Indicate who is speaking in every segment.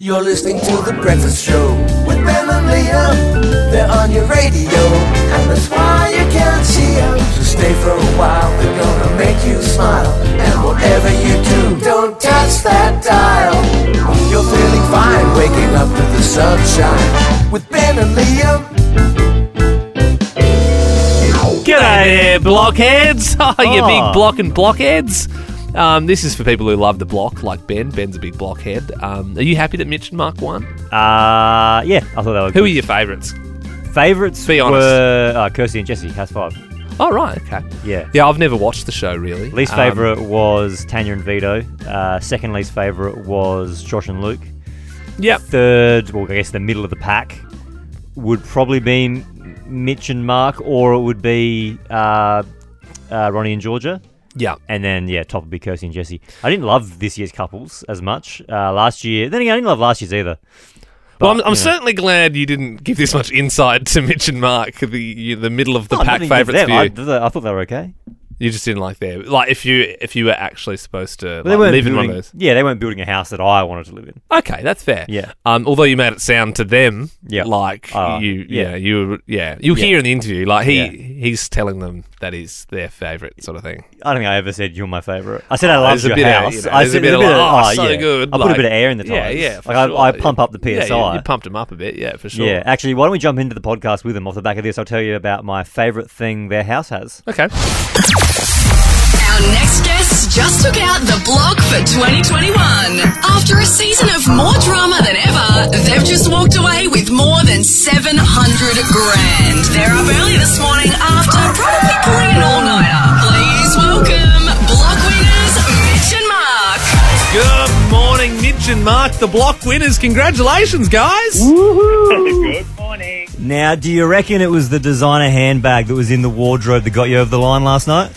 Speaker 1: You're listening to The Breakfast Show with Ben and Liam. They're on your radio, and that's why you can't see 'em. So stay for a while, they're gonna make you smile. And whatever you do, don't touch that dial. You're feeling fine, waking up to the sunshine with Ben and Liam.
Speaker 2: G'day there, blockheads! Oh, you
Speaker 3: Oh.
Speaker 2: big blocking blockheads! Um, this is for people who love the block, like Ben. Ben's a big blockhead. Um, are you happy that Mitch and Mark won?
Speaker 3: Uh, yeah, I thought they were
Speaker 2: Who are
Speaker 3: good.
Speaker 2: your favourites?
Speaker 3: Favourites
Speaker 2: Be honest.
Speaker 3: were uh, Kirsty and Jesse, House 5.
Speaker 2: Oh, right, okay.
Speaker 3: Yeah.
Speaker 2: Yeah, I've never watched the show, really.
Speaker 3: Least
Speaker 2: Um,
Speaker 3: favourite was Tanya and Vito. Uh, second least favourite was Josh and Luke.
Speaker 2: Yep.
Speaker 3: Third, well, I guess the middle of the pack would probably be M- Mitch and Mark, or it would be uh, uh, Ronnie and Georgia.
Speaker 2: Yeah.
Speaker 3: And then, yeah, top would be Kirsty and Jesse. I didn't love this year's couples as much. Uh, last year, then again, I didn't love last year's either.
Speaker 2: well, I'm, I'm
Speaker 3: you know.
Speaker 2: certainly glad you didn't give this much insight to Mitch and Mark, the you, the middle of the
Speaker 3: Oh,
Speaker 2: pack
Speaker 3: nothing against
Speaker 2: favourites for you.
Speaker 3: them. I, I thought they were okay.
Speaker 2: You just didn't like their like if you if you were actually supposed to
Speaker 3: But they
Speaker 2: like,
Speaker 3: weren't
Speaker 2: live in one
Speaker 3: building,
Speaker 2: of those.
Speaker 3: Yeah, they weren't building a house that I wanted to live in.
Speaker 2: Okay, that's fair.
Speaker 3: Yeah.
Speaker 2: Um, although you made it sound to them
Speaker 3: Yeah.
Speaker 2: like
Speaker 3: Uh,
Speaker 2: you,
Speaker 3: yeah.
Speaker 2: yeah, you, were- yeah, you
Speaker 3: Yeah.
Speaker 2: hear in the interview like he
Speaker 3: Yeah.
Speaker 2: he's telling them that is their favorite sort of thing.
Speaker 3: I don't think I ever said you're my favorite. I said I
Speaker 2: Oh, there's
Speaker 3: loved
Speaker 2: a
Speaker 3: your
Speaker 2: bit of-
Speaker 3: house.
Speaker 2: you know,
Speaker 3: I
Speaker 2: there's a
Speaker 3: said
Speaker 2: bit of like,
Speaker 3: oh,
Speaker 2: "Oh, so
Speaker 3: yeah."
Speaker 2: good,
Speaker 3: I put a
Speaker 2: like-
Speaker 3: bit of air in the tires.
Speaker 2: Yeah, yeah, for
Speaker 3: Like I,
Speaker 2: sure.
Speaker 3: I pump up the
Speaker 2: Yeah,
Speaker 3: psi.
Speaker 2: you- you, pumped him up a bit, yeah, for sure.
Speaker 3: Yeah, actually, why don't we jump into the podcast with them? Off the back of this, I'll tell you about my favorite thing their house has.
Speaker 2: Okay.
Speaker 4: Our next guest just took out the block for 2021. After a season of more drama than ever, they've just walked away with more than 700 grand. They're up early this morning after probably pulling an all-nighter. Please welcome block winners Mitch and Mark.
Speaker 2: Good morning, Mitch and Mark, the block winners. Congratulations, guys.
Speaker 3: Now, do you reckon it was the designer handbag that was in the wardrobe that got you over the line last night?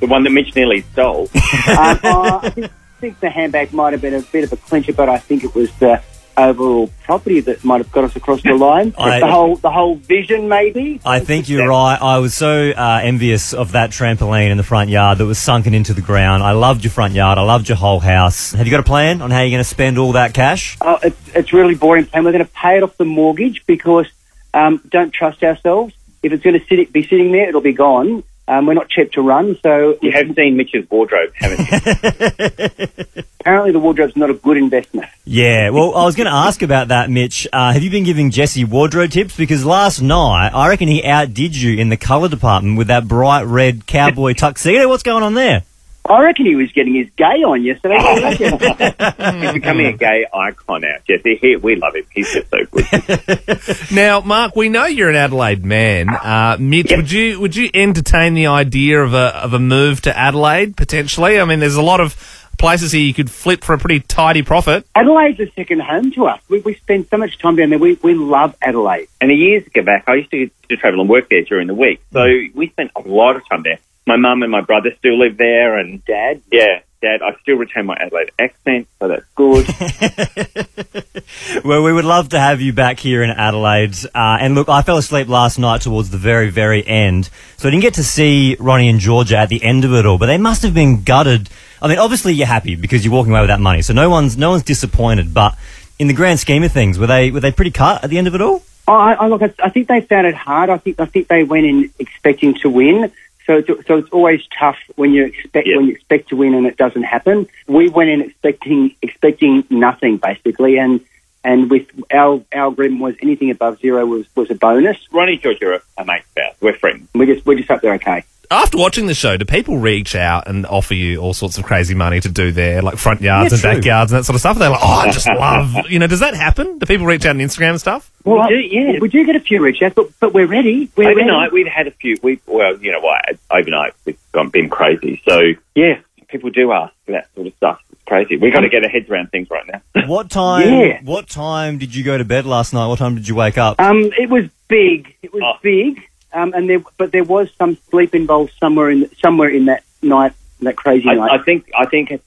Speaker 5: the one that Mitch nearly stole.
Speaker 6: um, uh, I think, I think the handbag might have been a bit of a clincher, but I think it was the overall property that might have got us across the line.
Speaker 3: I-
Speaker 6: the whole the whole vision, maybe.
Speaker 3: I think you're right. I was so uh, envious of that trampoline in the front yard that was sunken into the ground. I loved your front yard. I loved your whole house. Have you got a plan on how you're going to spend all that cash?
Speaker 6: Oh, it's it's really boring plan. We're going to pay it off the mortgage because um, don't trust ourselves. If it's going to sit, be sitting there, it'll be gone. Um, we're not cheap to run, so
Speaker 5: You have seen Mitch's wardrobe, haven't you?
Speaker 6: apparently the wardrobe's not a good investment.
Speaker 3: Yeah. Well, I was going to ask about that, Mitch. Uh, have you been giving Jesse wardrobe tips? Because last night, I reckon he outdid you in the colour department with that bright red cowboy tuxedo. What's going on there?
Speaker 6: I reckon he was getting his gay on yesterday.
Speaker 5: He's becoming a gay icon now, Jesse. He, we love him. He's just so good.
Speaker 2: Now, Mark, we know you're an Adelaide man. Uh, Mitch, would you would you entertain the idea of a of a move to Adelaide potentially? I mean, there's a lot of places here you could flip for a pretty tidy profit.
Speaker 6: Adelaide's a second home to us. We, we spend so much time down there. We, we love Adelaide.
Speaker 5: And the years ago back, I used to, to travel and work there during the week. So we spent a lot of time there. My mum and my brother still live there, and dad. Yeah, dad. I still retain my Adelaide accent, so that's good.
Speaker 3: Well, we would love to have you back here in Adelaide. Uh, and look, I fell asleep last night towards the very, very end. So I didn't get to see Ronnie and Georgia at the end of it all, but they must have been gutted. I mean, obviously you're happy because you're walking away with that money. So no one's, no one's disappointed, but in the grand scheme of things, were they, were they pretty cut at the end of it all?
Speaker 6: Oh, I, I look. I, I think they found it hard. I think I think they went in expecting to win. So it's, so it's always tough when you expect
Speaker 5: Yeah.
Speaker 6: when you expect to win and it doesn't happen. We went in expecting expecting nothing basically, and and with our our agreement was anything above zero was was a bonus.
Speaker 5: Ronnie and George are a mate of ours. We're friends.
Speaker 6: We just we just hope they're okay.
Speaker 2: After watching the show, do people reach out and offer you all sorts of crazy money to do their like front yards
Speaker 3: Yeah,
Speaker 2: and
Speaker 3: true.
Speaker 2: backyards and that sort of stuff? They're like, oh, I just love, you know. Does that happen? Do people reach out on Instagram and stuff?
Speaker 6: Well,
Speaker 5: do, yeah.
Speaker 6: we do get a few reach outs, but but we're ready. We're
Speaker 5: Overnight,
Speaker 6: ready.
Speaker 5: we've had a few. We well, you know what? Overnight, we've gone been crazy. So yeah, people do ask for that sort of stuff. It's crazy. We've got to get our heads around things right now.
Speaker 3: What time,
Speaker 6: Yeah.
Speaker 3: what time did you go to bed last night? What time did you wake up?
Speaker 5: Uh,
Speaker 6: Um, it was big. It was
Speaker 5: Oh.
Speaker 6: big. Um, and there, but there was some sleep involved somewhere in somewhere in that night, that crazy night.
Speaker 5: I, I think I think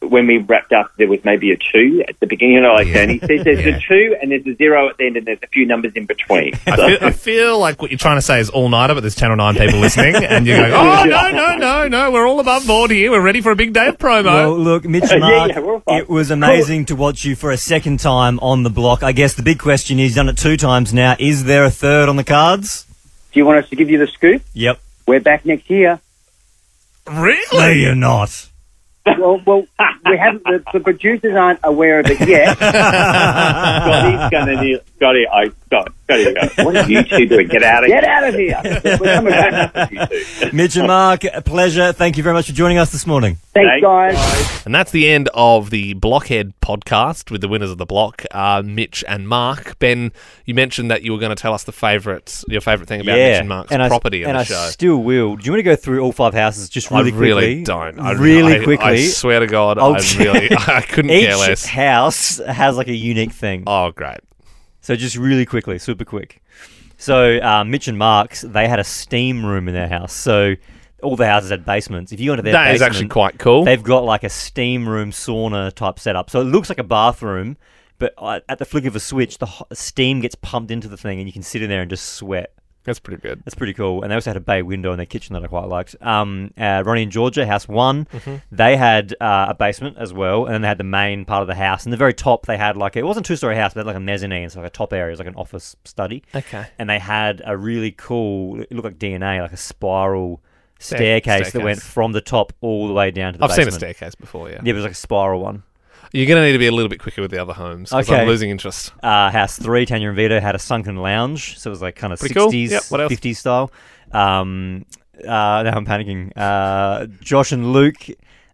Speaker 5: when we wrapped up, there was maybe a two at the beginning. You know, like
Speaker 2: Yeah.
Speaker 5: Danny says, there's
Speaker 2: Yeah.
Speaker 5: a two and there's a zero at the end, and there's a few numbers in between.
Speaker 2: I feel, I feel like what you're trying to say is all nighter, but there's Channel 9 people listening, and you're going, oh, no, no, no, no, we're all above board here. We're ready for a big day of promo.
Speaker 3: Well, look, Mitch
Speaker 5: yeah,
Speaker 3: Mark,
Speaker 5: we're all fine.
Speaker 3: it was amazing to watch you for a second time on the block. I guess the big question is, you've done it two times now. Is there a third on the cards?
Speaker 6: Do you want us to give you the scoop?
Speaker 3: Yep.
Speaker 6: We're back next year.
Speaker 3: No,
Speaker 2: really?
Speaker 3: you're not.
Speaker 6: well, well, we haven't. The, the producers aren't aware of it yet.
Speaker 5: Scotty's gonna need Scotty. I Scott, Scotty, go, what are you two doing? Get out of
Speaker 6: Get
Speaker 5: here!
Speaker 6: out of here! We're coming back.
Speaker 5: You two.
Speaker 3: Mitch and Mark, a pleasure. Thank you very much for joining us this morning.
Speaker 6: Thanks, guys.
Speaker 2: And that's the end of the Blockhead podcast with the winners of the block, uh, Mitch and Mark. Ben, you mentioned that you were going to tell us the favourites, your favourite thing about Mitch and Mark's
Speaker 3: I s-
Speaker 2: property on
Speaker 3: and
Speaker 2: the
Speaker 3: I
Speaker 2: show.
Speaker 3: still will. Do you want to go through all five houses just really
Speaker 2: I really
Speaker 3: quickly?
Speaker 2: don't. I,
Speaker 3: really
Speaker 2: I-
Speaker 3: quickly.
Speaker 2: I swear to God,
Speaker 3: I'll-
Speaker 2: I really, I couldn't
Speaker 3: Each
Speaker 2: care less.
Speaker 3: house has like a unique thing.
Speaker 2: Oh, great.
Speaker 3: So just really quickly, super quick. So uh, Mitch and Mark's, they had a steam room in their house. So all the houses had basements. If you go into their
Speaker 2: That is
Speaker 3: basement,
Speaker 2: actually quite cool.
Speaker 3: They've got like a steam room sauna type setup. So it looks like a bathroom, but uh, at the flick of a switch, the ho- steam gets pumped into the thing, and you can sit in there and just sweat.
Speaker 2: That's pretty good.
Speaker 3: That's pretty cool. And they also had a bay window in their kitchen that I quite liked. Um, uh, Ronnie and Georgia, house one,
Speaker 2: Mm-hmm.
Speaker 3: they had uh, a basement as well, and then they had the main part of the house. And the very top, they had like it wasn't a two story house, but they had like a mezzanine, so like a top area, it was like an office study.
Speaker 2: Okay.
Speaker 3: And they had a really cool, it looked like DNA, like a spiral staircase, that
Speaker 2: staircase.
Speaker 3: went from the top all the way down to the
Speaker 2: I've seen a
Speaker 3: basement.
Speaker 2: staircase before, yeah.
Speaker 3: Yeah, it was like a spiral one.
Speaker 2: You're going to need to be a little bit quicker with the other homes 'cause
Speaker 3: Okay.
Speaker 2: I'm losing interest.
Speaker 3: Uh, house three, Tanya and Vito had a sunken lounge, so it was like kind of
Speaker 2: Pretty cool.
Speaker 3: sixties,
Speaker 2: Yep, what else?
Speaker 3: fifties style. Um, uh, now I'm panicking. Uh, Josh and Luke,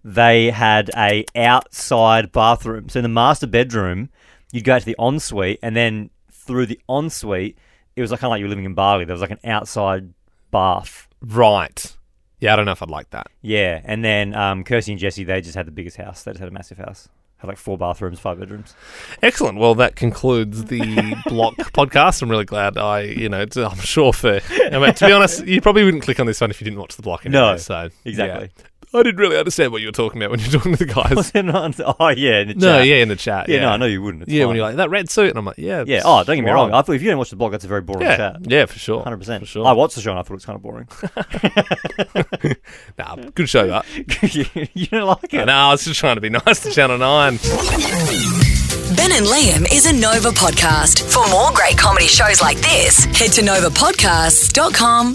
Speaker 3: they had a outside bathroom. So in the master bedroom, you'd go out to the ensuite, and then through the ensuite, it was like kind of like you were living in Bali. There was like an outside bath.
Speaker 2: Right. Yeah, I don't know if I'd like that.
Speaker 3: Yeah, and then um, Kirsty and Jesse, they just had the biggest house. They just had a massive house. Had like four bathrooms, five bedrooms.
Speaker 2: Excellent. Well, that concludes the block podcast. I'm really glad I, you know, it's- I'm sure for. I mean, to be honest, you probably wouldn't click on this one if you didn't watch the block. Anyway,
Speaker 3: No,
Speaker 2: so
Speaker 3: exactly.
Speaker 2: yeah. I didn't really understand what you were talking about when you were talking to the guys.
Speaker 3: oh yeah, in the
Speaker 2: no,
Speaker 3: chat.
Speaker 2: yeah, in the chat.
Speaker 3: Yeah,
Speaker 2: Yeah,
Speaker 3: no, I know you wouldn't. It's
Speaker 2: Yeah,
Speaker 3: fine.
Speaker 2: when you're like that red suit, and I'm like, yeah,
Speaker 3: yeah.
Speaker 2: it's
Speaker 3: Oh, don't get me
Speaker 2: fine.
Speaker 3: wrong. I thought if you didn't watch the blog, that's a very boring
Speaker 2: yeah,
Speaker 3: chat.
Speaker 2: yeah, for sure,
Speaker 3: Hundred percent.
Speaker 2: for sure.
Speaker 3: I watched the show and I thought it was kind of boring.
Speaker 2: nah, good show that.
Speaker 3: you, you don't like
Speaker 2: no,
Speaker 3: it.
Speaker 2: I was just trying to be nice to Channel Nine.
Speaker 4: Ben and Liam is a Nova podcast. For more great comedy shows like this, head to novapodcasts.com.au.